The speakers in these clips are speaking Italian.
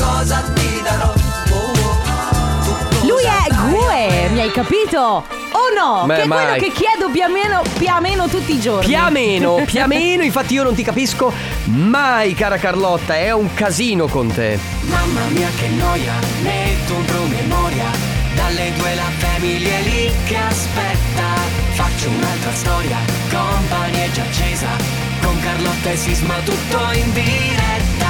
cosa ti darò. Oh, oh. Tu Lui cosa è dai Gue, mi hai capito? O no? Beh, che è quello mai. che chiedo più o meno, più o meno tutti i giorni. Piameno, piameno, infatti io non ti capisco mai, cara Carlotta, è un casino con te. Mamma mia che noia, metto un promemoria Dalle due la famiglia è lì che aspetta Faccio un'altra storia, compagnia è già accesa Con Carlotta e Sisma tutto in diretta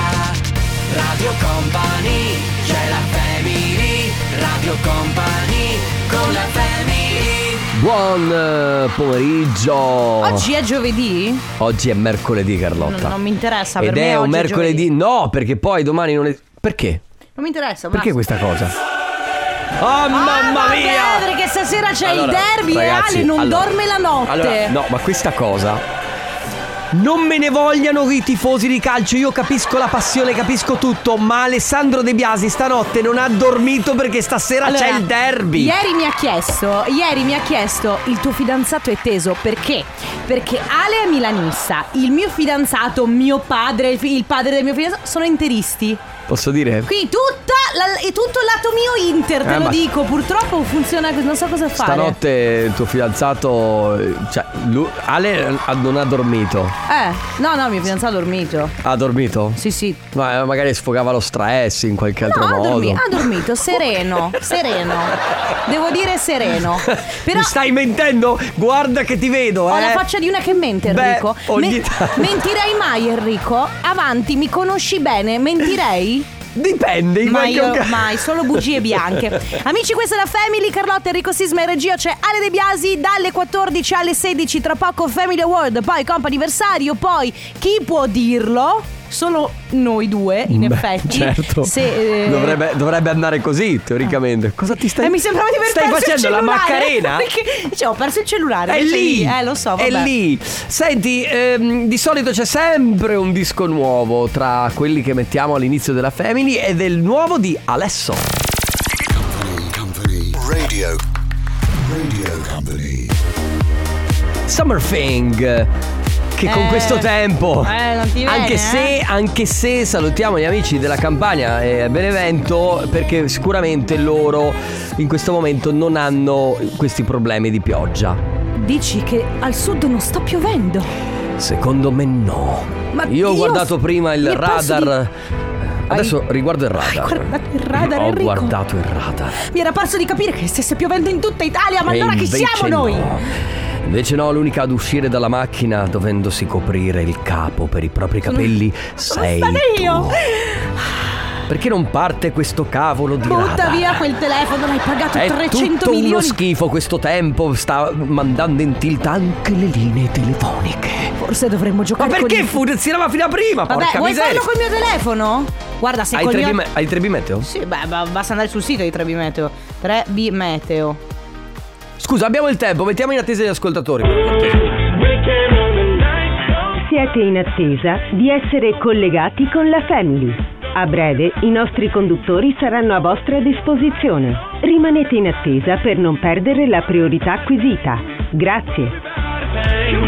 Radio Company, c'è la family Radio Company, con la family Buon eh, pomeriggio. Oggi è giovedì? Oggi è mercoledì, Carlotta. Non- non mi interessa, per Ed me è un oggi è mercoledì. no, perché poi domani non è. Perché? Non mi interessa, ma. Perché questa cosa? Oh, Ah, mamma vabbè, mia! Perché stasera c'è il Allora, derby ragazzi, e Ale non allora- dorme la notte. Allora, no, ma questa cosa. Non me ne vogliano i tifosi di calcio, io capisco la passione, capisco tutto, ma Alessandro De Biasi stanotte non ha dormito perché stasera Allora, c'è il derby. Ieri mi ha chiesto, ieri mi ha chiesto il tuo fidanzato è teso perché? Perché Ale è milanista, il mio fidanzato, mio padre, il, fi- il padre del mio fidanzato sono interisti. Posso dire? Quindi tutta la- è tutto il lato mio Inter, te Eh, lo ma- dico, purtroppo funziona così, non so cosa fare. Stanotte il tuo fidanzato, eh, cioè, lui- Ale ha- non ha dormito. Eh, no, no, il mio fidanzato ha dormito. Ha dormito? Sì, sì. Ma eh, magari sfogava lo stress in qualche No, altro ha, modo. dormi- ah, ha dormito, sereno, sereno. Devo dire sereno. Però Mi stai mentendo? Guarda che ti vedo, Ho eh. la faccia di una che mente Beh, Enrico ogni tanto. Mentirei mai Enrico? Avanti, mi conosci bene, mentirei? Dipende, in Ma qualche io occasione. mai, solo bugie bianche Amici questa è la Family, Carlotta, Enrico Sisma e regia c'è Ale De Biasi Dalle 14 alle 16 tra poco Family Award, poi comp'anniversario Poi chi può dirlo? Solo noi due in Beh, effetti certo. Se, eh, dovrebbe, dovrebbe andare così, teoricamente. Cosa ti stai eh, mi sembrava di aver Stai perso facendo il la cellulare, maccarena? Perché cioè, ho perso il cellulare È invece lì, Eh lo so vabbè. È lì. Senti, ehm, di solito c'è sempre un disco nuovo tra quelli che mettiamo all'inizio della Family e del nuovo di Alesso. Radio. Radio Company. Summer Thing. Che con Eh, questo tempo, eh, non ti viene, anche, eh? se, anche se salutiamo gli amici della eh, Campania e Benevento, perché sicuramente loro in questo momento non hanno questi problemi di pioggia. Dici che al sud non sta piovendo. Secondo me no. Ma io ho io guardato prima mi il è perso radar. Adesso riguardo il radar. guardato il radar, Ho Enrico? guardato il radar. Mi era parso di capire che stesse piovendo in tutta Italia, ma E allora chi invece siamo noi? no. Invece no, l'unica ad uscire dalla macchina dovendosi coprire il capo per i propri capelli sei Sono tu. stata io. oh, Perché non parte questo cavolo di Butta radar? via quel telefono, l'hai pagato È 300 tutto uno milioni. schifo questo tempo, sta mandando in tilt anche le linee telefoniche. Forse dovremmo Ma giocare perché con il... funzionava fino a prima? Ecco Vabbè, porca vuoi miseria. farlo col mio telefono? Guarda, se Hai col 3B, mio... me- hai oh? 3B Meteo? Sì, beh, ma basta andare sul sito di 3B Meteo. 3B Meteo. Scusa, abbiamo il tempo, mettiamo in attesa gli ascoltatori. Siete in attesa di essere collegati con la Family. A breve i nostri conduttori saranno a vostra disposizione. Rimanete in attesa per non perdere la priorità acquisita. Grazie.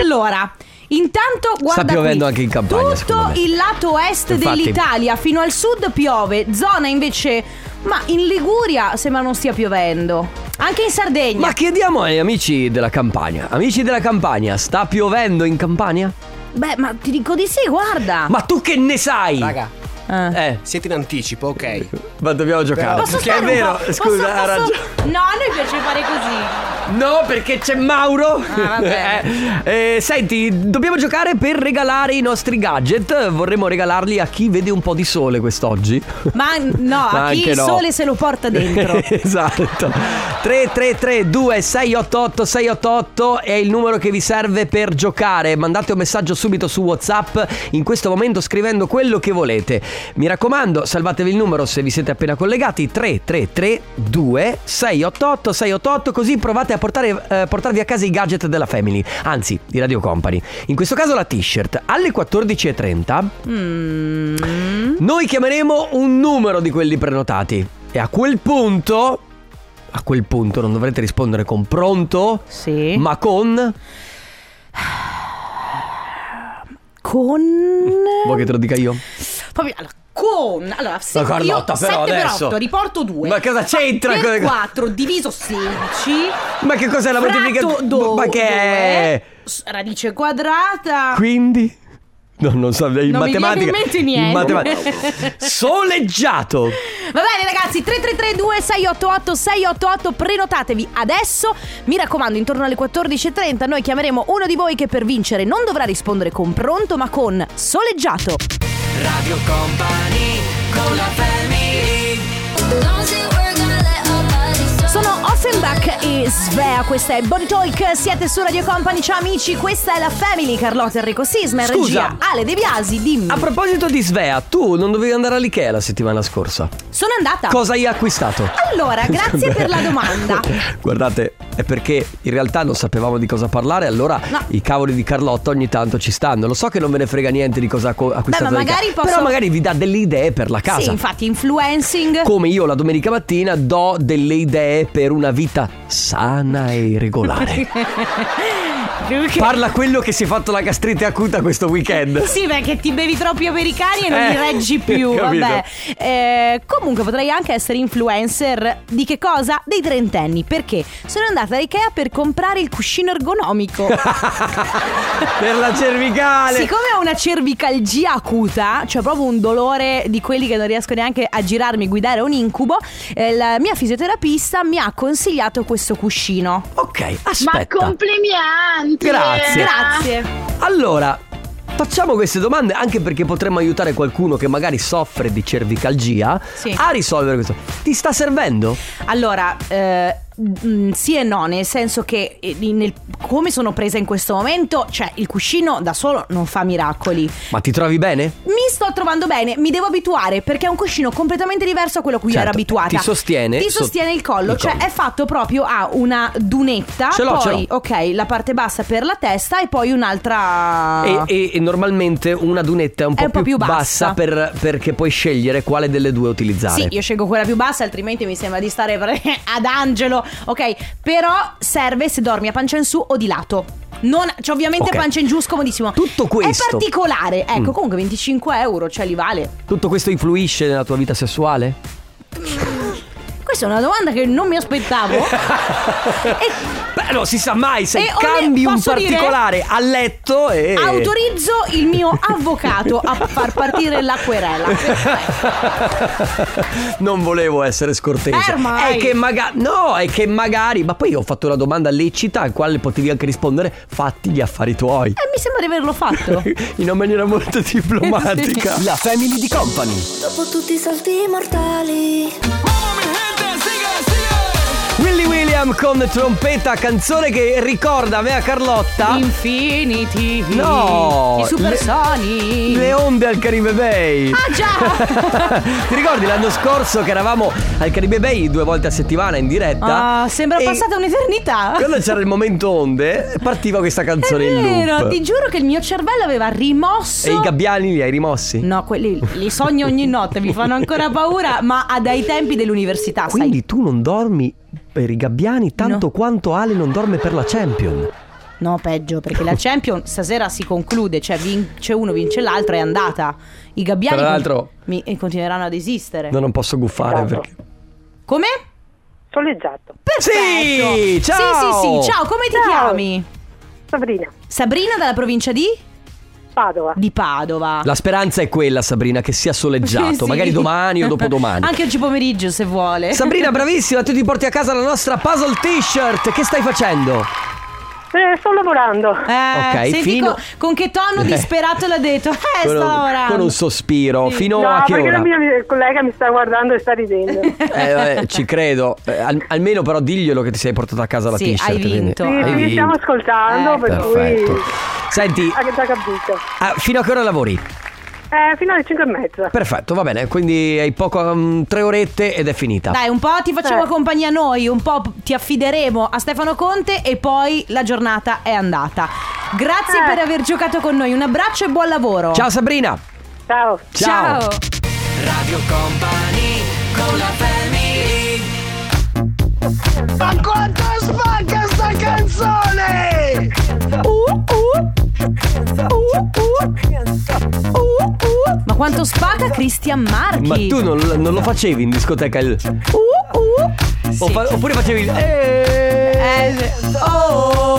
Allora, intanto guarda piovendo qui. anche in Campania, secondo Tutto me. il lato est Infatti- dell'Italia fino al sud piove, zona invece ma in Liguria sembra non stia piovendo. Anche in Sardegna. Ma chiediamo agli amici della campagna. Amici della campagna, sta piovendo in Campania? Beh, ma ti dico di sì, guarda. Ma tu che ne sai? Raga, Eh. Eh, siete in anticipo, ok. ma dobbiamo giocare. Posso Che stare Eh, è un vero, po'? Posso- scusa, ha posso- ragione. No, a noi piace fare così. No, perché c'è Mauro. va bene. Eh, eh, senti, dobbiamo giocare per regalare i nostri gadget. Vorremmo regalarli a chi vede un po' di sole quest'oggi. Ma no, Ma a chi anche il no. sole se lo porta dentro. esatto 333 2688 688 è il numero che vi serve per giocare mandate un messaggio subito su whatsapp in questo momento scrivendo quello che volete mi raccomando salvatevi il numero se vi siete appena collegati 333 2688 688 così provate a portare, eh, portarvi a casa i gadget della family anzi di Radio Company in questo caso la t-shirt alle 14.30 Mm. noi chiameremo un numero di quelli prenotati e a quel punto a quel punto non dovrete rispondere con pronto, Sì. ma con con... Mm, Vuoi che te lo dica io? Proprio, allora, con... Allora, se Ma Carlotta, io, però, 7 per adesso. 8 riporto 2. Ma cosa c'entra Per con- 4 diviso 16. Ma che cos'è la fratto moltiplicazione? do- Ma che è? due, s- Radice quadrata. Quindi? No, non so, in Non mi viene in matematica. mente niente. matematica. Soleggiato. Va bene ragazzi, 3332 688 688 prenotatevi adesso. Mi raccomando, intorno alle 14.30 noi chiameremo uno di voi che per vincere non dovrà rispondere con pronto ma con soleggiato. Radio Company con la family Sono Offenbach e Svea, questa è Body Talk, siete su Radio Company, ciao amici, questa è la Family, Carlotta Enrico Sisma, in Scusa. regia Ale De Biasi, dimmi. A proposito di Svea, tu non dovevi andare all'Ikea la settimana scorsa. Sono andata. Cosa hai acquistato? Allora, grazie per la domanda. Guardate, è perché in realtà non sapevamo di cosa parlare, allora No. i cavoli di Carlotta ogni tanto ci stanno. Lo so che non ve ne frega niente di cosa ha co- acquistato. Beh, ma l'Ikea, magari posso- Però magari vi dà delle idee per la casa. Sì, infatti, influencing. Come io la domenica mattina do delle idee per una vita sana e regolare. Parla quello che si è fatto la gastrite acuta questo weekend. Sì, perché ti bevi troppi americani e non Eh, li reggi più. capito. Vabbè. Eh, comunque potrei anche essere influencer di che cosa? Dei trentenni. Perché sono andata a Ikea per comprare il cuscino ergonomico. per la cervicale. Siccome ho una cervicalgia acuta, cioè proprio un dolore di quelli che non riesco neanche a girarmi, guidare è un incubo, eh, la mia fisioterapista mi ha consigliato questo cuscino. ok, Ma aspetta. complimenti! Grazie. Grazie. allora, facciamo queste domande anche perché potremmo aiutare qualcuno che magari soffre di cervicalgia Sì. a risolvere questo. Ti sta servendo? Allora, eh, mm, sì e no, nel senso che eh, nel- come sono presa in questo momento, cioè il cuscino da solo non fa miracoli. Ma ti trovi bene? Mi sto trovando bene, mi devo abituare perché è un cuscino completamente diverso a quello a cui Certo, ero abituata. ti sostiene- Ti sostiene il collo, il cioè collo. è fatto proprio a una dunetta, Ce l'ho, poi ce l'ho. ok, la parte bassa per la testa e poi un'altra E, e- e normalmente una dunetta è un po' più, bassa, per- perché puoi scegliere quale delle due utilizzare. Sì, io scelgo quella più bassa, altrimenti mi sembra di stare ad angelo. Ok, però serve se dormi a pancia in su o di lato. Non, cioè ovviamente Ok. pancia in giù scomodissimo. Tutto questo- È particolare. Ecco, Mm. comunque 25 euro, cioè li vale. Tutto questo influisce nella tua vita sessuale? Questa è una domanda che non mi aspettavo. e Beh, non si sa mai se E ogni- cambi un posso dire? particolare a letto e. autorizzo il mio avvocato a far partire la querela. Eh, non volevo essere scortese. Ferma, è vai. che magari. No, è che magari. Ma poi io ho fatto una domanda lecita al quale potevi anche rispondere: fatti gli affari tuoi. E mi sembra di averlo fatto. In una maniera molto diplomatica. La family di company. Dopo tutti i salti mortali Willy William con trompeta, canzone che ricorda a me e a Carlotta. Infinity. Ah. No. I Le- supersoni. Le onde al Caribe Bay. Ah già. Ti ricordi l'anno scorso che eravamo al Caribe Bay due volte a settimana in diretta? Ah, sembra E passata un'eternità. Quando c'era il momento onde, e partiva questa canzone È in vero, loop. ti giuro che il mio cervello aveva rimosso. E i gabbiani li hai rimossi? No, quelli li sogno ogni notte, mi fanno ancora paura, ma a dai tempi dell'università, Quindi tu non dormi per i gabbiani No. tanto Eh. quanto Ale non dorme per la Champion. sai. No, peggio, perché la Champions stasera si conclude, cioè vince uno, vince l'altro, è andata. I gabbiani Tra l'altro- mi- e continueranno ad esistere. No, non posso guffare Esatto. perché. Come? Soleggiato. Perfetto. Sì, ciao. Sì, sì, sì, ciao, come ti Ciao. chiami? Sabrina, Sabrina dalla provincia di? Padova. Di Padova. La speranza è quella, Sabrina, che sia soleggiato, Sì. magari domani o dopodomani. Anche oggi pomeriggio se vuole. Sabrina, bravissima, tu ti porti a casa la nostra puzzle t-shirt. Che stai facendo? Eh, sto lavorando. Eh, Ok, senti fino- con, con che tono disperato l'ha detto. Eh, sto con, un, lavorando. con un sospiro, fino no, a che perché ora? la mia collega mi sta guardando e sta ridendo. sì, Eh, vabbè, ci credo. Eh, al- almeno però diglielo che ti sei portato a casa la Sì, t-shirt. hai quindi. vinto. Hai sì, vinto. mi stiamo ascoltando, Eh, per Perfetto. cui Senti, ha già capito. ah, fino a che ora lavori? Eh, fino alle 5 e mezza. Perfetto, va bene. Quindi hai poco, mm, tre orette ed è finita. Dai, un po' ti facciamo Eh. compagnia noi, un po' ti affideremo a Stefano Conte e poi la giornata è andata. Grazie Eh. per aver giocato con noi, un abbraccio e buon lavoro. Ciao Sabrina. Ciao. Ciao. Ciao. Radio Company con la family Uh, uh, uh, uh, ma quanto spacca Cristian Marchi. Ma tu non, non lo facevi in discoteca il... Uh, uh. O Sì. fa- oppure facevi il... Eh, Eh, oh.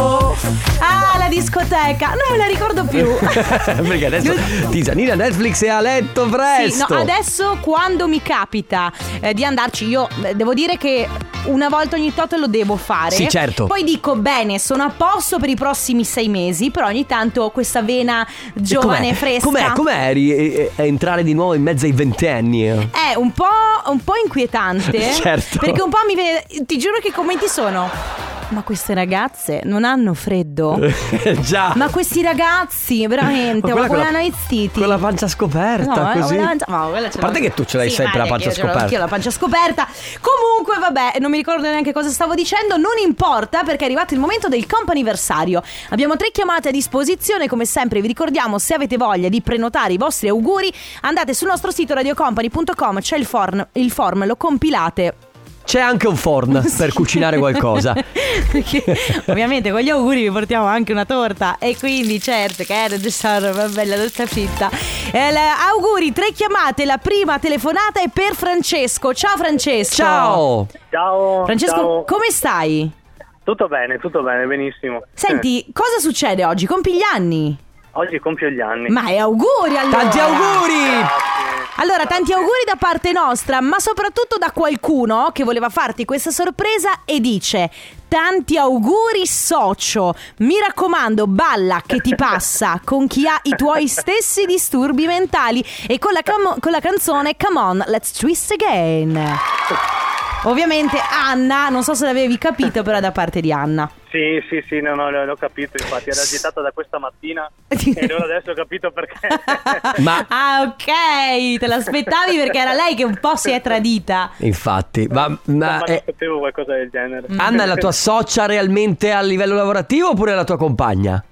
Ah, la discoteca. Non me la ricordo più. Perché adesso Tisanina Netflix è a letto presto. Sì, no, adesso quando mi capita eh, di andarci, io eh, devo dire che una volta ogni tot lo devo fare. Sì, certo. Poi dico, bene, sono a posto per i prossimi sei mesi, però ogni tanto ho questa vena E com'è? giovane, fresca. Com'è, com'è ri- e- e- entrare di nuovo in mezzo ai ventenni? eh? È un po', un po' inquietante. Certo. Perché un po' mi vede. Ti giuro che i commenti sono. Ma queste ragazze non hanno freddo. Eh. Già. Ma questi ragazzi, veramente, ma come hanno vestiti? Con la pancia scoperta, No, eh, così. quella- no, quella ce A parte l'ho- che tu ce l'hai Sì, sempre la guarda pancia che io ce l'ho anch'io scoperta. la pancia scoperta. Comunque, vabbè, non mi ricordo neanche cosa stavo dicendo. Non importa, perché è arrivato il momento del comp'anniversario. Abbiamo tre chiamate a disposizione. Come sempre, vi ricordiamo: se avete voglia di prenotare i vostri auguri, andate sul nostro sito radiocompany.com. C'è il form, il form lo compilate. C'è anche un forn per cucinare qualcosa. Perché ovviamente con gli auguri vi portiamo anche una torta E quindi certo che era tesoro, va bella torta fitta Eh, la- Auguri, tre chiamate, la prima telefonata è per Francesco Ciao Francesco Ciao! Ciao. Francesco, ciao. come stai? tutto bene, tutto bene, benissimo. Eh, Senti, cosa succede oggi? Compi gli anni? Oggi compio gli anni. Ma e auguri allora Tanti auguri! Grazie. Allora, tanti auguri da parte nostra, ma soprattutto da qualcuno che voleva farti questa sorpresa e dice: Tanti auguri, socio. Mi raccomando, balla che ti passa con chi ha i tuoi stessi disturbi mentali e con la, cam- con la canzone Come on, let's twist again. Ovviamente Anna, non so se l'avevi capito, però è da parte di Anna. Sì, sì, sì, no, no, l'ho capito, infatti era agitata da questa mattina e allora adesso ho capito perché. Ma- Ah, ok, te l'aspettavi perché era lei che un po' si è tradita. Infatti, ma, ma Ma non eh, Mm. sapevo qualcosa del genere. Anna è la tua socia realmente a livello lavorativo oppure è la tua compagna?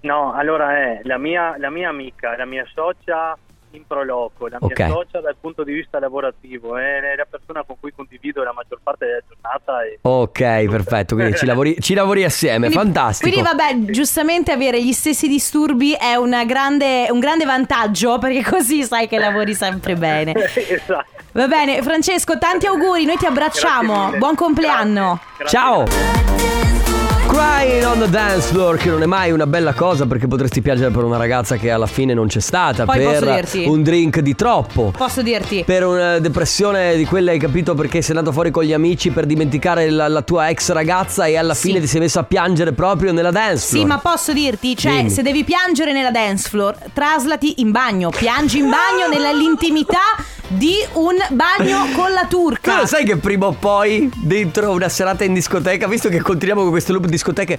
No, allora è la mia, la mia amica, la mia socia in proloco, la Ok. mia socia dal punto di vista lavorativo, eh, è la persona con cui condivido la maggior parte della giornata e Ok, perfetto, quindi ci lavori, ci lavori assieme, Quindi- fantastico. Quindi, vabbè, giustamente avere gli stessi disturbi è una grande- un grande vantaggio perché così sai che lavori sempre bene. esatto. Va bene, Francesco, tanti auguri, noi ti abbracciamo. Grazie mille. Buon compleanno. Grazie, grazie. Ciao! Crying on the dance floor, che non è mai una bella cosa perché potresti piangere per una ragazza che alla fine non c'è stata, Poi posso per dirti- un drink di troppo. Posso dirti? Per una depressione di quella hai capito perché sei andato fuori con gli amici per dimenticare la, la tua ex ragazza e alla Sì. fine ti sei messo a piangere proprio nella dance floor. Sì, ma posso dirti, cioè, Dimmi. se devi piangere nella dance floor, traslati in bagno, piangi in Ah! bagno nell'intimità di un bagno con la turca. Tu lo Cioè, sai che prima o poi, dentro una serata in discoteca, visto che continuiamo con questo loop discoteche,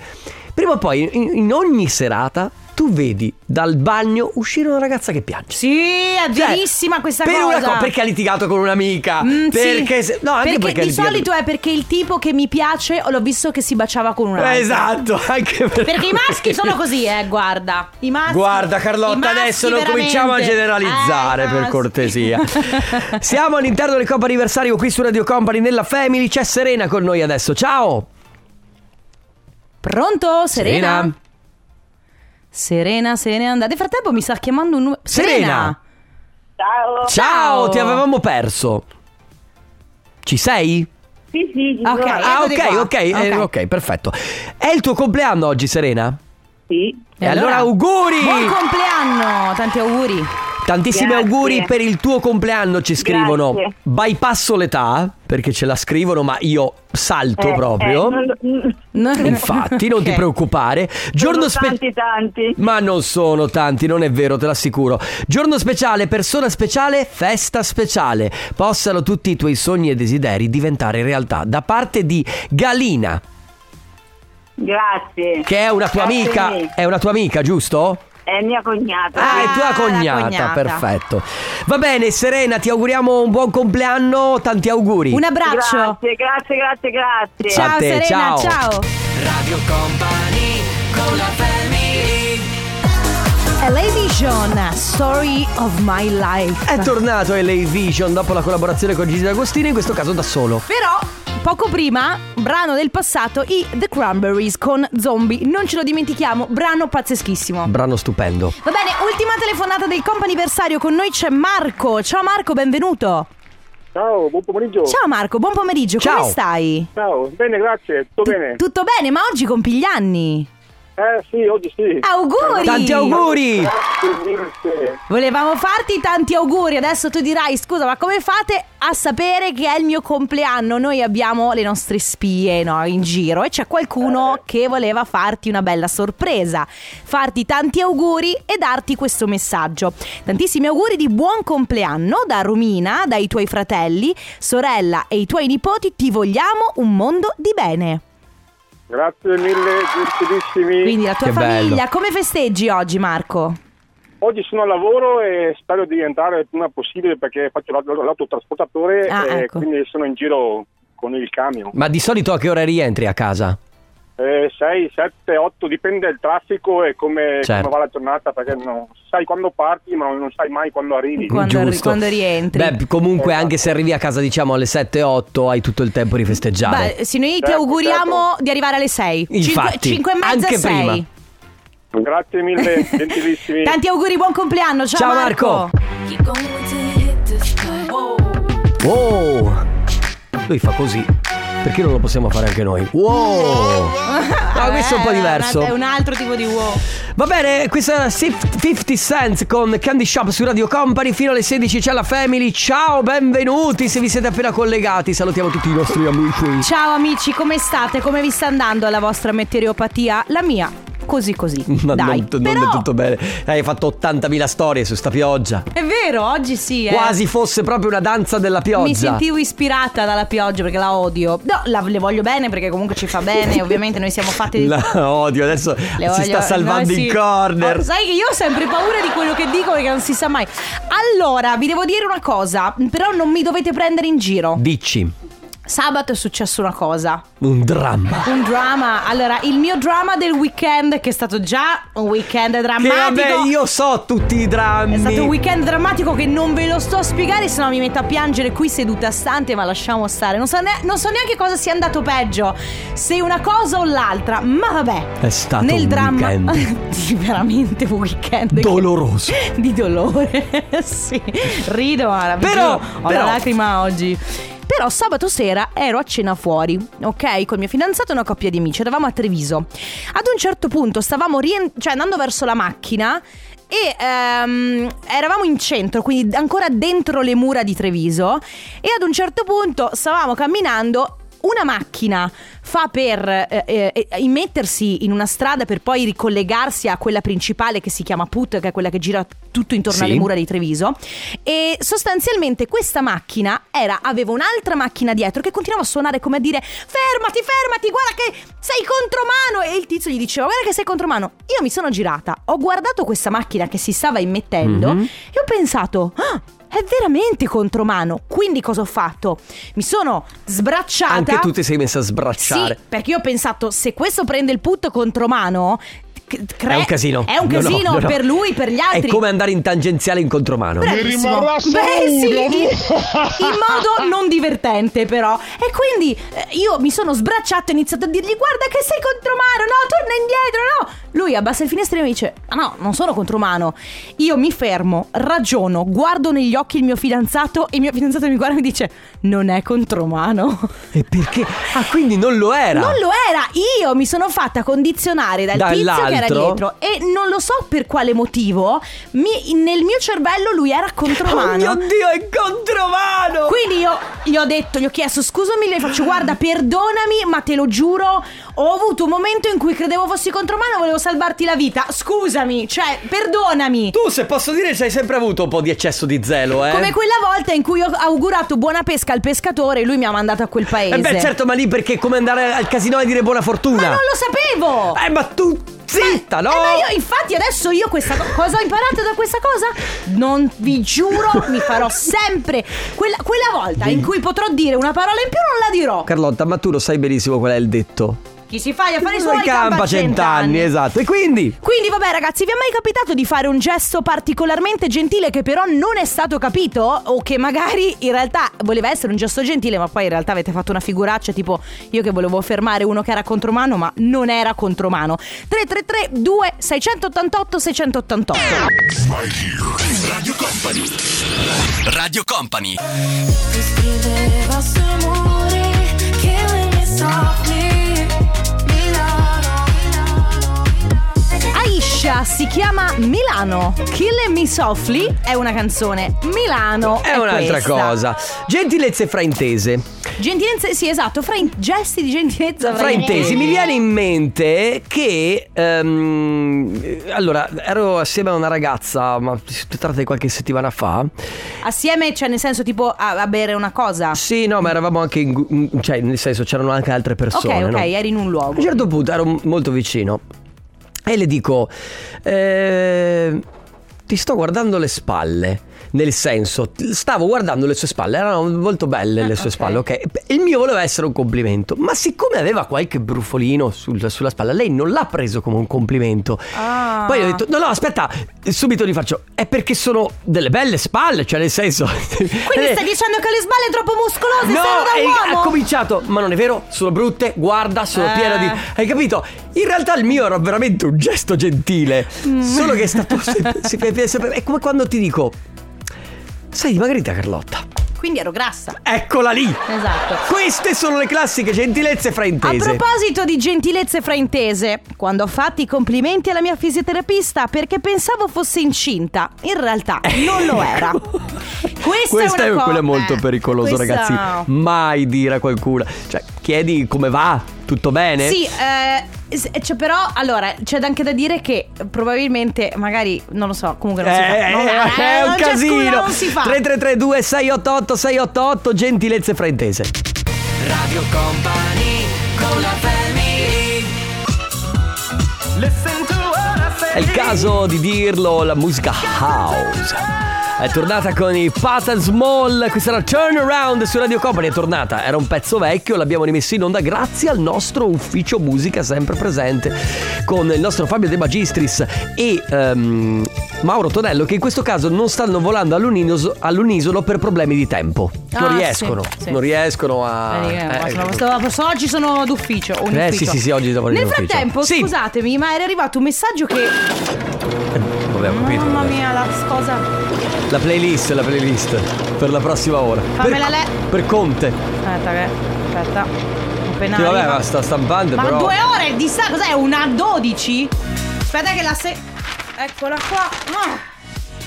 prima o poi, in, in ogni serata, tu vedi dal bagno uscire una ragazza che piange. Sì, è Cioè, verissima questa per cosa. Una co- perché ha litigato con un'amica? Mm, sì. perché se- no, anche perché, ha di litigato- solito è perché il tipo che mi piace l'ho visto che si baciava con un altro. Esatto, anche per- Perché i maschi sono così, eh, guarda. I maschi. Guarda i Carlotta, maschi adesso non veramente. cominciamo a generalizzare Eh, i per maschi. cortesia. Siamo all'interno del Coppa Anniversario qui su Radio Company nella Family, c'è Serena con noi adesso. Ciao! Pronto, Serena? Serena, Serena, andate. Nel frattempo mi sta chiamando un numero. Serena! Ciao, Ciao. Ciao. ti avevamo perso. Ci sei? Sì, sì, Ah, ok, ah, eccoti ok, qua. ok, eh, Ok. ok, perfetto. È il tuo compleanno oggi, Serena? sì. E allora, auguri! Buon compleanno, tanti auguri. Tantissimi Grazie. auguri per il tuo compleanno, ci scrivono. Grazie. Bypasso l'età, perché ce la scrivono, ma io Eh, salto proprio. mm, Non- Infatti, non ti Ok. preoccupare. Giorno speciale. tanti, tanti. Ma non sono tanti, non è vero, te l'assicuro. Giorno speciale, persona speciale, festa speciale. Possano tutti i tuoi sogni e desideri diventare realtà. Da parte di Galina, Grazie. che è una tua Grazie mille. amica. È una tua amica, giusto? È mia cognata. Ah, è tua la cognata, cognata. perfetto. Va bene, Serena, ti auguriamo un buon compleanno, tanti auguri. Un abbraccio. Grazie, grazie, grazie, grazie. A Ciao te, Serena, ciao. ciao. Radio Company con la family LA Vision, Story of My Life. Eh, È tornato LA Vision dopo la collaborazione con Gigi D'Agostino, in questo caso da solo. Però Poco prima, brano del passato, i The Cranberries con Zombie. Non ce lo dimentichiamo, brano pazzeschissimo. Brano stupendo. Va bene, ultima telefonata del comp'anniversario con noi c'è Marco. Ciao Marco, benvenuto. Ciao, buon pomeriggio. Ciao Marco, buon pomeriggio, Ciao. come stai? Ciao, bene, grazie, tutto bene. Tutto bene, ma oggi compi gli anni. Eh sì, oggi sì. Auguri! Tanti auguri! Grazie. Volevamo farti tanti auguri, adesso tu dirai scusa ma come fate a sapere che è il mio compleanno? Noi abbiamo le nostre spie no, in giro e c'è qualcuno che voleva farti una bella sorpresa, farti tanti auguri e darti questo messaggio. Tantissimi auguri di buon compleanno da Romina, dai tuoi fratelli, sorella e i tuoi nipoti, ti vogliamo un mondo di bene. Grazie mille, gentilissimi. Quindi la tua Che famiglia, bello. come festeggi oggi Marco? Oggi sono al lavoro e spero di entrare il prima possibile perché faccio l'aut- l'autotrasportatore Ah, e ecco. quindi sono in giro con il camion. Eh, Ma di solito a che ora rientri a casa? 6, 7, 8, dipende dal traffico e come, Certo. come va la giornata perché non sai quando parti ma non sai mai quando arrivi. Quando- Giusto. quando rientri. Beh, comunque, anche se arrivi a casa, diciamo alle 7-8, hai tutto il tempo di festeggiare. Beh, sì, noi ti Certo, auguriamo di arrivare alle 6. Infatti, 5 e mezza, anche 6. prima. Grazie mille, gentilissimi. Tanti auguri, buon compleanno. Ciao, Ciao, eh. Wow! Lui fa così. Perché non lo possiamo fare anche noi? Wow! Ah, questo è un po' Eh, diverso. È un altro tipo di wow. Va bene, questa era Sif- 50 Cent con Candy Shop su Radio Company. Fino alle 16 c'è la Family. Ciao, benvenuti. Se vi siete appena collegati, salutiamo tutti i nostri amici. Ciao amici, come state? Come vi sta andando la vostra meteoropatia? La mia, così così. Ma Dai. non, non Però, è tutto bene. Eh, Hai fatto 80.000 storie su sta pioggia. È vero, oggi sì, eh. Quasi fosse proprio una danza della pioggia. Mi sentivo ispirata dalla pioggia perché la odio. No, la, le voglio bene perché comunque ci fa bene. Ovviamente noi siamo fatti di La odio, adesso si Le voglio- sta salvando no, sì. in corner. Oh, sai che io ho sempre paura di quello che dico perché non si sa mai. Allora, vi devo dire una cosa, però non mi dovete prendere in giro. Dici, Sabato è successo una cosa. un dramma. Un dramma. Allora, il mio dramma del weekend, che è stato già un weekend Che drammatico. vabbè, io so tutti i drammi. È stato un weekend drammatico che non ve lo sto a spiegare, se no mi metto a piangere qui seduta stante, ma lasciamo stare. Non so, ne- non so neanche cosa sia andato peggio, se una cosa o l'altra, ma vabbè. È stato Nel un dramma... weekend. sì, veramente un weekend che- doloroso. di dolore. sì, rido, ma la- Però, giuro, ho però. la lacrima oggi. Però sabato sera ero a cena fuori, ok? Col mio fidanzato e una coppia di amici, eravamo a Treviso. Ad un certo punto stavamo rien- cioè andando verso la macchina e ehm, eravamo in centro, quindi ancora dentro le mura di Treviso e ad un certo punto stavamo camminando una macchina fa per eh, eh, immettersi in una strada per poi ricollegarsi a quella principale che si chiama Put, che è quella che gira tutto intorno Sì. alle mura di Treviso. E sostanzialmente questa macchina era, aveva un'altra macchina dietro che continuava a suonare come a dire fermati, fermati, guarda che sei contromano. E il tizio gli diceva guarda che sei contromano. Io mi sono girata, ho guardato questa macchina che si stava immettendo Mhm. e ho pensato... "Ah, è veramente contromano. Quindi cosa ho fatto? Mi sono sbracciata. Anche tu ti sei messa a sbracciare. Sì, perché io ho pensato, se questo prende il putto contro mano. c- cre- È un casino. È un No, no, casino no, no. per lui, per gli altri. È come andare in tangenziale in contromano. Bravissimo. Beh, sì, in, in modo non divertente, però. E quindi eh, io mi sono sbracciata e ho iniziato a dirgli: Guarda, che sei contromano, no, torna indietro, no. Lui abbassa il finestrino e mi dice: "Ah, No, non sono contromano. Io mi fermo, ragiono, guardo negli occhi il mio fidanzato e il mio fidanzato mi guarda e mi dice: Non è contromano. E perché? Ah, quindi non lo era. Non lo era, io mi sono fatta condizionare dal tizio che era Dall'altro? dietro e non lo so per quale motivo, mi- nel mio cervello lui era Oh contromano. mio Dio, è contromano! Quindi io gli ho detto, gli ho chiesto scusami, le faccio guarda perdonami ma te lo giuro ho avuto un momento in cui credevo fossi contromano volevo salvarti la vita, scusami, cioè perdonami. Tu, se posso dire, ci hai sempre avuto un po' di eccesso di zelo, eh? Come quella volta in cui ho augurato buona pesca al pescatore e lui mi ha mandato a quel paese. Eh beh, certo, ma lì perché è come andare al casino e dire buona fortuna. Ma non lo sapevo! Eh, ma tu zitta, no? Eh, ma io, infatti, adesso io questa co- cosa ho imparato da questa cosa? Non vi giuro, mi farò sempre. Quella, quella volta in cui potrò dire una parola in più, non la dirò. Carlotta, ma tu lo sai benissimo qual è il detto. Chi si fa gli affari Uno suoi campa campa cent'anni, esatto. E quindi? Quindi vabbè ragazzi, vi è mai capitato di fare un gesto particolarmente gentile che però non è stato capito o che magari in realtà voleva essere un gesto gentile ma poi in realtà avete fatto una figuraccia tipo io che volevo fermare uno che era contromano ma non era contromano. 333 2688 688. Radio Company. Ti scriveva sui muri che le mie sogni Milano Aisha si chiama Milano. Kill Me Softly è una canzone. Milano È, è un'altra questa. cosa. Gentilezze fraintese. Gentilezza, sì, esatto, fra gesti di gentilezza Fraintesi, mi viene in mente che ehm, eh, allora ero assieme a una ragazza, ma si tratta di qualche settimana fa. Assieme, cioè nel senso tipo a, a bere una cosa. Sì, no, ma eravamo anche in, gu- in- cioè nel senso c'erano anche altre persone, ok, ok, no? eri in un A un luogo. certo punto ero m- molto vicino e le dico: eh, Ti sto guardando le spalle. Nel senso, t- stavo guardando le sue spalle, erano molto belle le sue Ah, ok. spalle, ok? E Il mio voleva essere un complimento, ma siccome aveva qualche brufolino sul- sulla spalla, lei non l'ha preso come un complimento. Ah. Poi ho detto: No, no, aspetta, subito gli faccio: È perché sono delle belle spalle, cioè nel senso. Quindi stai dicendo che le sballe troppo muscolose eh. No, ah, sono e da ha uomo? cominciato, ma non è vero, sono brutte, guarda, sono Eh. piena di... Hai capito? In realtà il mio era veramente un gesto gentile, Mm. solo che è stato... si- si- si- si- è come quando ti dico, sei dimagrita Carlotta, Quindi ero grassa. eccola lì! Esatto. Queste sono le classiche gentilezze A fraintese. proposito di gentilezze fraintese, quando ho fatto i complimenti alla mia fisioterapista perché pensavo fosse incinta, in realtà non lo era. Questa, Questa è, una co- quella molto eh, pericolosa, questa- ragazzi. Mai dire a qualcuno. Cioè, chiedi come va, tutto bene? Sì, eh, s- cioè, però allora c'è anche da dire che probabilmente, magari, non lo so, comunque non si fa. Eh, Non- eh, eh, è un non c'è scusa, casino. Non si fa. Eh, 3332 688 688 gentilezze fraintese. Radio Company con la family. Listen to what I say. È il caso di dirlo, la musica house. È tornata con i Pat and Small, questa era Turnaround su Radio Company, è tornata, era un pezzo vecchio, l'abbiamo rimesso in onda grazie al nostro ufficio musica sempre presente con il nostro Fabio De Magistris e ehm, Mauro Tonello che in questo caso non stanno volando all'unisono, all'unisono per problemi di tempo. Ah, non sì, riescono, sì. non riescono a... Vedi che eh, possono- possono- possono- oggi sono d'ufficio. o in Eh, ufficio. sì, sì, sì, oggi sono in Nel ufficio. frattempo, Sì. scusatemi, ma era arrivato un messaggio che. eh, vabbè, ho capito, Mamma vabbè. mia, la cosa. La playlist, la playlist per la prossima ora. Fammela per, le- per Conte. Aspetta, che. Aspetta. Appena Sì, vabbè, arriva- ma sta stampando Ma però. due ore di sta, cos'è? Una 12? Aspetta che la se... Eccola qua. No.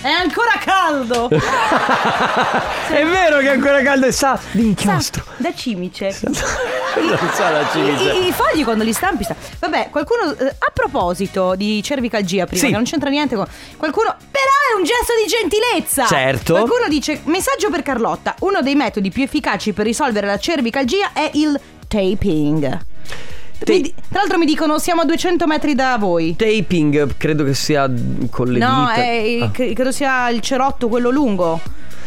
È ancora caldo. È vero che è ancora caldo e sa di inchiostro. da cimice. non so la cimice. I, i- i fogli quando li stampi sta- Vabbè, qualcuno eh, a proposito di cervicalgia prima Sì. che non c'entra niente con qualcuno però è un gesto di gentilezza. Certo. Qualcuno dice "Messaggio per Carlotta, uno dei metodi più efficaci per risolvere la cervicalgia è il taping". Ta- Mi di- tra l'altro mi dicono siamo a 200 metri da voi. Taping credo che sia con le no, dita. è- Ah. cre- credo sia il cerotto quello lungo.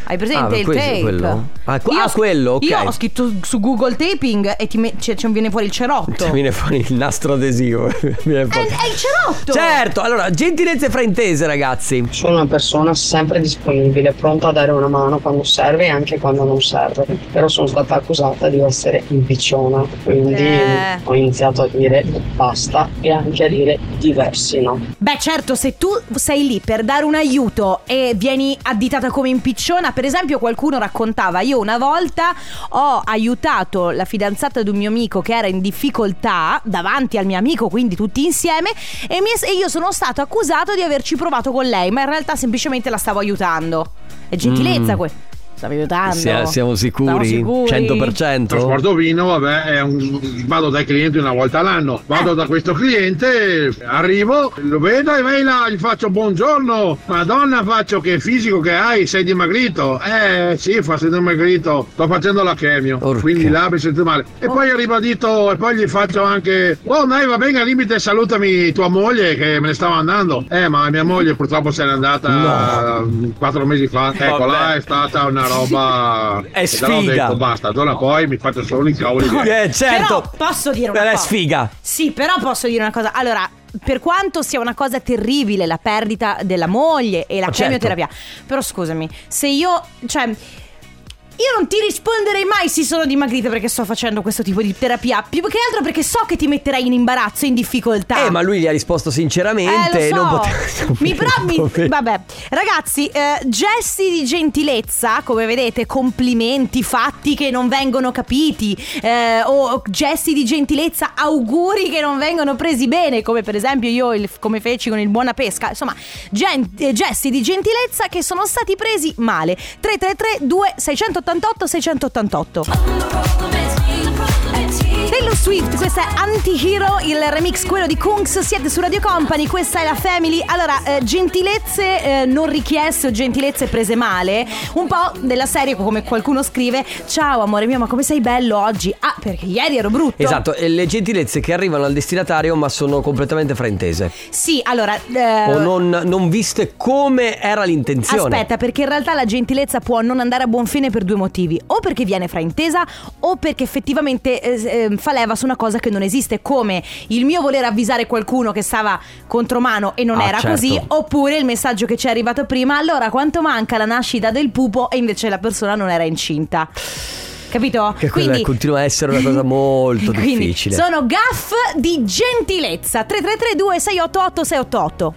Hai Ah, presente beh, il questo- tape? quello? Ah, que- Io ah, ho sc- quello, ok. Io ho scritto su Google taping e ti me- cioè, cioè, viene fuori il cerotto. Cioè, viene fuori il nastro adesivo. Viene È, fuori. è il cerotto! Certo, allora, gentilezze fraintese, ragazzi. Sono una persona sempre disponibile, pronta a dare una mano quando serve e anche quando non serve. Però sono stata accusata di essere impicciona, quindi Eh. ho iniziato a dire basta e anche a dire diversi no. Beh, certo, se tu sei lì per dare un aiuto e vieni additata come impicciona, per esempio, qualcuno raccontava: Io una volta ho aiutato la fidanzata di un mio amico che era in difficoltà davanti al mio amico, quindi tutti insieme, e, mi è- e io sono stato accusato di averci provato con lei, ma in realtà semplicemente la stavo aiutando. È gentilezza Mm. questa. Stavo aiutando. Sia- siamo sicuri? Siamo sicuri. 100%? Trasporto vino, vabbè, è un- vado dai clienti una volta all'anno. Vado da questo cliente, arrivo, lo vedo e vai là, gli faccio buongiorno. Madonna, faccio che fisico che hai, sei dimagrito. Eh sì, fa sei dimagrito. Sto facendo la chemio, Porca. quindi là mi sento male. E poi ho ribadito, e poi gli faccio anche, oh dai, va bene, al limite salutami tua moglie che me ne stavo andando. Eh, ma mia moglie purtroppo se n'è andata No. eh, quattro mesi fa. Ecco, Vabbè. là è stata una roba. È e da là ho sfiga. detto, basta, d'ora poi mi fate solo i cavoli. miei. Eh, certo. Però posso dire una Però è cosa. sfiga. Sì, però posso dire una cosa. Allora, per quanto sia una cosa terribile la perdita della moglie e la Ah, certo. chemioterapia, però scusami, se io, cioè io non ti risponderei mai se sono dimagrita perché sto facendo questo tipo di terapia, più che altro perché so che ti metterai in imbarazzo, in difficoltà. Eh, ma lui gli ha risposto sinceramente. Ah. Eh, lo so. Non poteva Mi però mi- sapere. Vabbè, ragazzi, eh, gesti di gentilezza, come vedete, complimenti fatti che non vengono capiti, eh, o gesti di gentilezza, auguri che non vengono presi bene, come per esempio io, il- come feci con il Buona Pesca. Insomma, gen- eh, gesti di gentilezza che sono stati presi male. 333-2688-688. Taylor Swift, questa è Anti-Hero, il remix quello di Kungs, siete su Radio Company, questa è la Family. Allora, eh, gentilezze eh, non richieste o gentilezze prese male, un po' della serie come qualcuno scrive, ciao amore mio, ma come sei bello oggi? Ah, perché ieri ero brutto. Esatto, e le gentilezze che arrivano al destinatario ma sono completamente fraintese. Sì, allora... eh, O non, non viste come era l'intenzione. Aspetta, perché in realtà la gentilezza può non andare a buon fine per due motivi: o perché viene fraintesa, o perché effettivamente eh, s- ehm, fa leva su una cosa che non esiste, come il mio voler avvisare qualcuno che stava contro mano e non Ah, era certo. così, oppure il messaggio che ci è arrivato prima: allora quanto manca la nascita del pupo e invece la persona non era incinta. Capito? Che quella Quindi- continua a essere una cosa molto Quindi difficile. Sono gaff di gentilezza 3332 688 688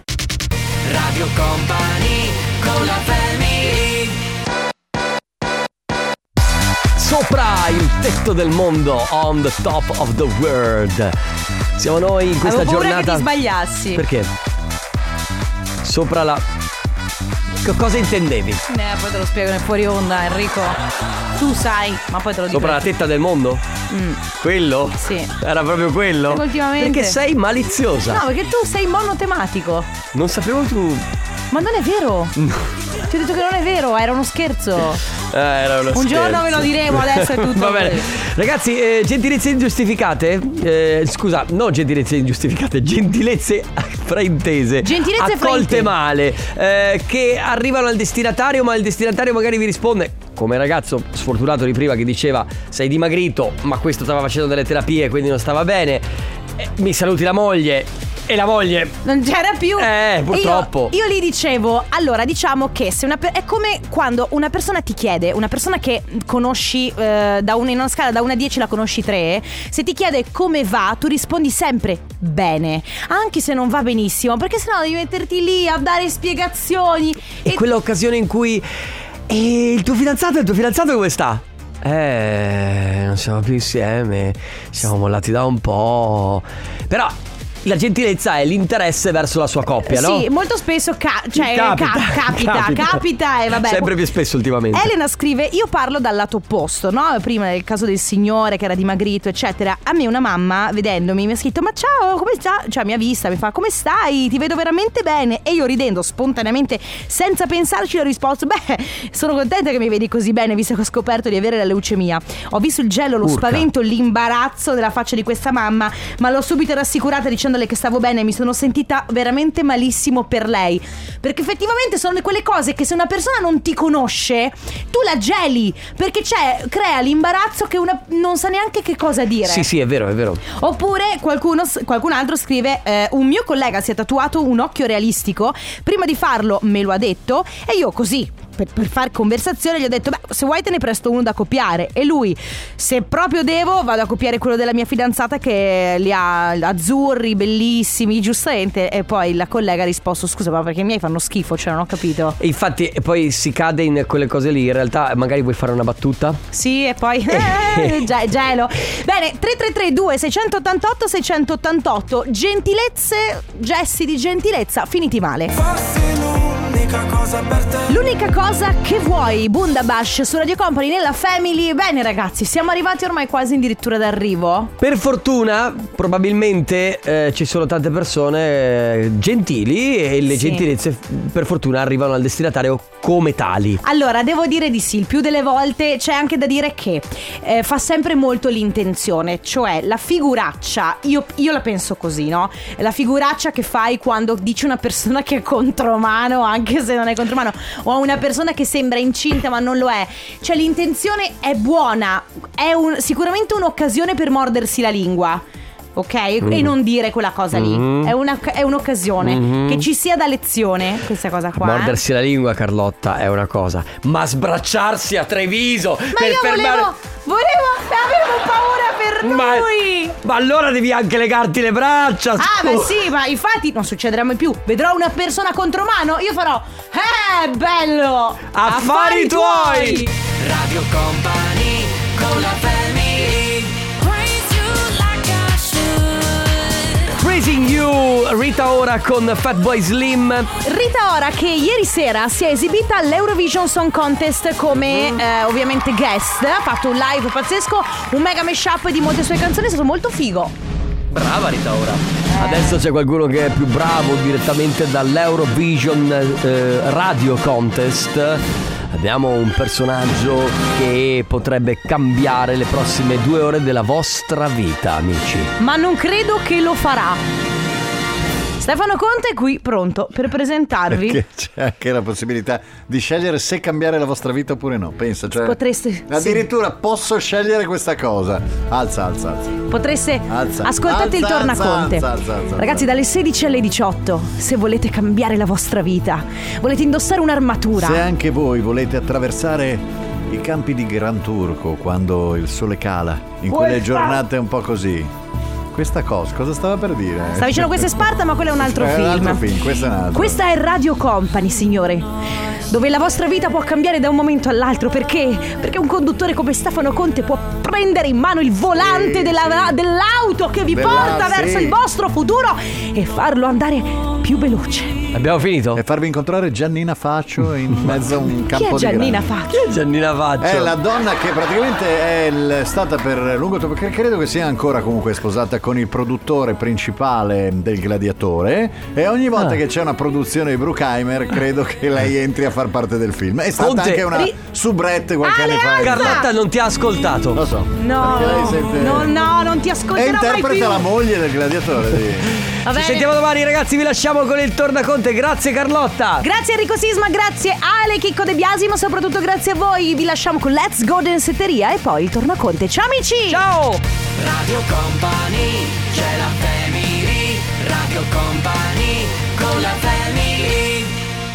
Radio Company con la family Sopra il tetto del mondo, on the top of the world. Siamo noi in questa Avevo paura giornata. che ti sbagliassi Perché? Sopra la. Che cosa intendevi? Eh, poi te lo spiego nel fuori onda, Enrico. Tu sai, ma poi te lo dico. Sopra la tetta del mondo? Mm. Quello? Sì. Era proprio quello? Perché ultimamente- Perché sei maliziosa. No, perché tu sei monotematico. Non sapevo tu. Ma non è vero. Ti ho detto che non è vero, era uno scherzo. Eh, era uno Un giorno scherzo. ve lo diremo, adesso è tutto Va bene. così. Ragazzi, eh, gentilezze ingiustificate. eh, scusa, non gentilezze ingiustificate, gentilezze fraintese. Gentilezze Accolte fraintese. male. eh, che arrivano al destinatario, ma il destinatario magari vi risponde. Come il ragazzo sfortunato di prima che diceva sei dimagrito, ma questo stava facendo delle terapie, quindi non stava bene. Eh, mi saluti la moglie. E la moglie Non c'era più. Eh, purtroppo. Io, io lì dicevo, allora diciamo che se una per- è come quando una persona ti chiede, una persona che conosci eh, da una, in una scala da 1 a 10 la conosci 3, se ti chiede come va, tu rispondi sempre bene, anche se non va benissimo, perché sennò devi metterti lì a dare spiegazioni. E quella occasione in cui. E il tuo fidanzato, il tuo fidanzato come sta? Eh, non siamo più insieme, siamo mollati da un po'. Però la gentilezza è l'interesse verso la sua coppia, no? Sì, molto spesso ca- cioè, ca- capita, capita, e vabbè. Sempre più spesso ultimamente. Elena scrive: Io parlo dal lato opposto, no? Prima del caso del signore che era dimagrito, eccetera. A me una mamma, vedendomi, mi ha scritto: Ma ciao, come stai? Cioè, mi ha vista, mi fa: Come stai? Ti vedo veramente bene. E io ridendo spontaneamente, senza pensarci, le ho risposto: Beh, sono contenta che mi vedi così bene, visto che ho scoperto di avere la leucemia. Ho visto il gelo, lo Urca. spavento, l'imbarazzo nella faccia di questa mamma, ma l'ho subito rassicurata dicendole che stavo bene e mi sono sentita veramente malissimo per lei. Perché effettivamente sono quelle cose che se una persona non ti conosce, tu la geli, perché c'è, crea l'imbarazzo che una non sa neanche che cosa dire. Sì, sì, è vero, è vero. Oppure qualcuno, qualcun altro scrive: eh, Un mio collega si è tatuato un occhio realistico. Prima di farlo me lo ha detto. E io così. Per, per far conversazione gli ho detto: Beh, se vuoi te ne presto uno da copiare. E lui, se proprio devo, vado a copiare quello della mia fidanzata che li ha azzurri, bellissimi, giustamente. E poi la collega ha risposto: Scusa, ma perché i miei fanno schifo? Cioè, non ho capito. E infatti e poi si cade in quelle cose lì. In realtà, magari vuoi fare una battuta? Sì, e poi eh, già- gelo. Bene, 3332 688 688 gentilezze, gesti di gentilezza finiti male. L'unica cosa che vuoi, Bundabash su Radio Company nella Family. Bene ragazzi, siamo arrivati ormai quasi addirittura d'arrivo. Per fortuna, probabilmente eh, ci sono tante persone eh, gentili e le Sì. gentilezze, f- per fortuna, arrivano al destinatario come tali. Allora, devo dire di sì, il più delle volte c'è anche da dire che eh, fa sempre molto l'intenzione, cioè la figuraccia, io, io la penso così, no? La figuraccia che fai quando dici una persona che è contromano anche anche se non è contromano, o a una persona che sembra incinta ma non lo è. Cioè l'intenzione è buona, è un- sicuramente un'occasione per mordersi la lingua. Ok? E Mm. non dire quella cosa lì. Mhm. È, una- è un'occasione. Mhm. Che ci sia da lezione questa cosa qua. eh. Mordersi la lingua, Carlotta, è una cosa. Ma sbracciarsi a Treviso Ma per io fermare. volevo, volevo, avevo paura per Ma, lui. ma allora devi anche legarti le braccia. Ah, ma scusa. sì, ma infatti non succederà mai più. Vedrò una persona contro mano, io farò. Eh, bello! Affari tuoi! Radio Company con la family Praise you like I should. Praising You, Rita ora con Fatboy Slim. Rita Ora che ieri sera si è esibita all'Eurovision Song Contest come Mm. eh, ovviamente guest, ha fatto un live pazzesco, un mega mashup di molte sue canzoni, è stato molto figo. Brava Rita ora. Adesso c'è qualcuno che è più bravo direttamente dall'Eurovision eh, Radio Contest. Abbiamo un personaggio che potrebbe cambiare le prossime due ore della vostra vita, amici. Ma non credo che lo farà. Stefano Conte è qui pronto per presentarvi. Che c'è anche la possibilità di scegliere se cambiare la vostra vita oppure no. Pensa, cioè. Potreste- Addirittura posso scegliere questa cosa. Alza, alza, alza. Potreste Alza. ascoltate il Alza, tornaconte. alza, alza, alza, alza. Ragazzi, dalle 16 alle 18, se volete cambiare la vostra vita, volete indossare un'armatura. Se anche voi volete attraversare i campi di Gran Turco quando il sole cala, in quelle Questa- giornate un po' così. Questa cosa, cosa stava per dire? Sta vicino a questa è Sparta, ma quello è un altro È film. Eh, Un altro film, questo è un altro. Questa è Radio Company, signore. Dove la vostra vita può cambiare da un momento all'altro perché? Perché un conduttore come Stefano Conte può prendere in mano il volante della- dell'auto che vi Della- porta sì. verso il vostro futuro e farlo andare più veloce. Abbiamo finito? E farvi incontrare Giannina Faccio in mezzo a un Chi campo è di Giannina grano. Faccio? Chi è Giannina Faccio? Cioè- È Eh, la donna che praticamente è il- stata per lungo tempo, cre- credo che sia ancora comunque sposata con il produttore principale del Gladiatore e ogni volta Ah. che c'è una produzione di Bruckheimer credo che lei entri a far parte del film. È stata Conte. anche una Ri- subrette qualche anno fa. Carlotta non ti ha ascoltato. Lo so. No, Perché lei sente- no, no, non ti E ascolterò mai più. interpreta la moglie del Gladiatore. Di... Va Ci bene. sentiamo domani, ragazzi. Vi lasciamo con il tornaconte. Grazie, Carlotta. Grazie Enrico Sisma, grazie Ale, Chicco De Biasi, ma soprattutto grazie a voi. Vi lasciamo con Let's Go Densetteria e poi il tornaconte. Ciao amici! Ciao. Radio Company c'è la family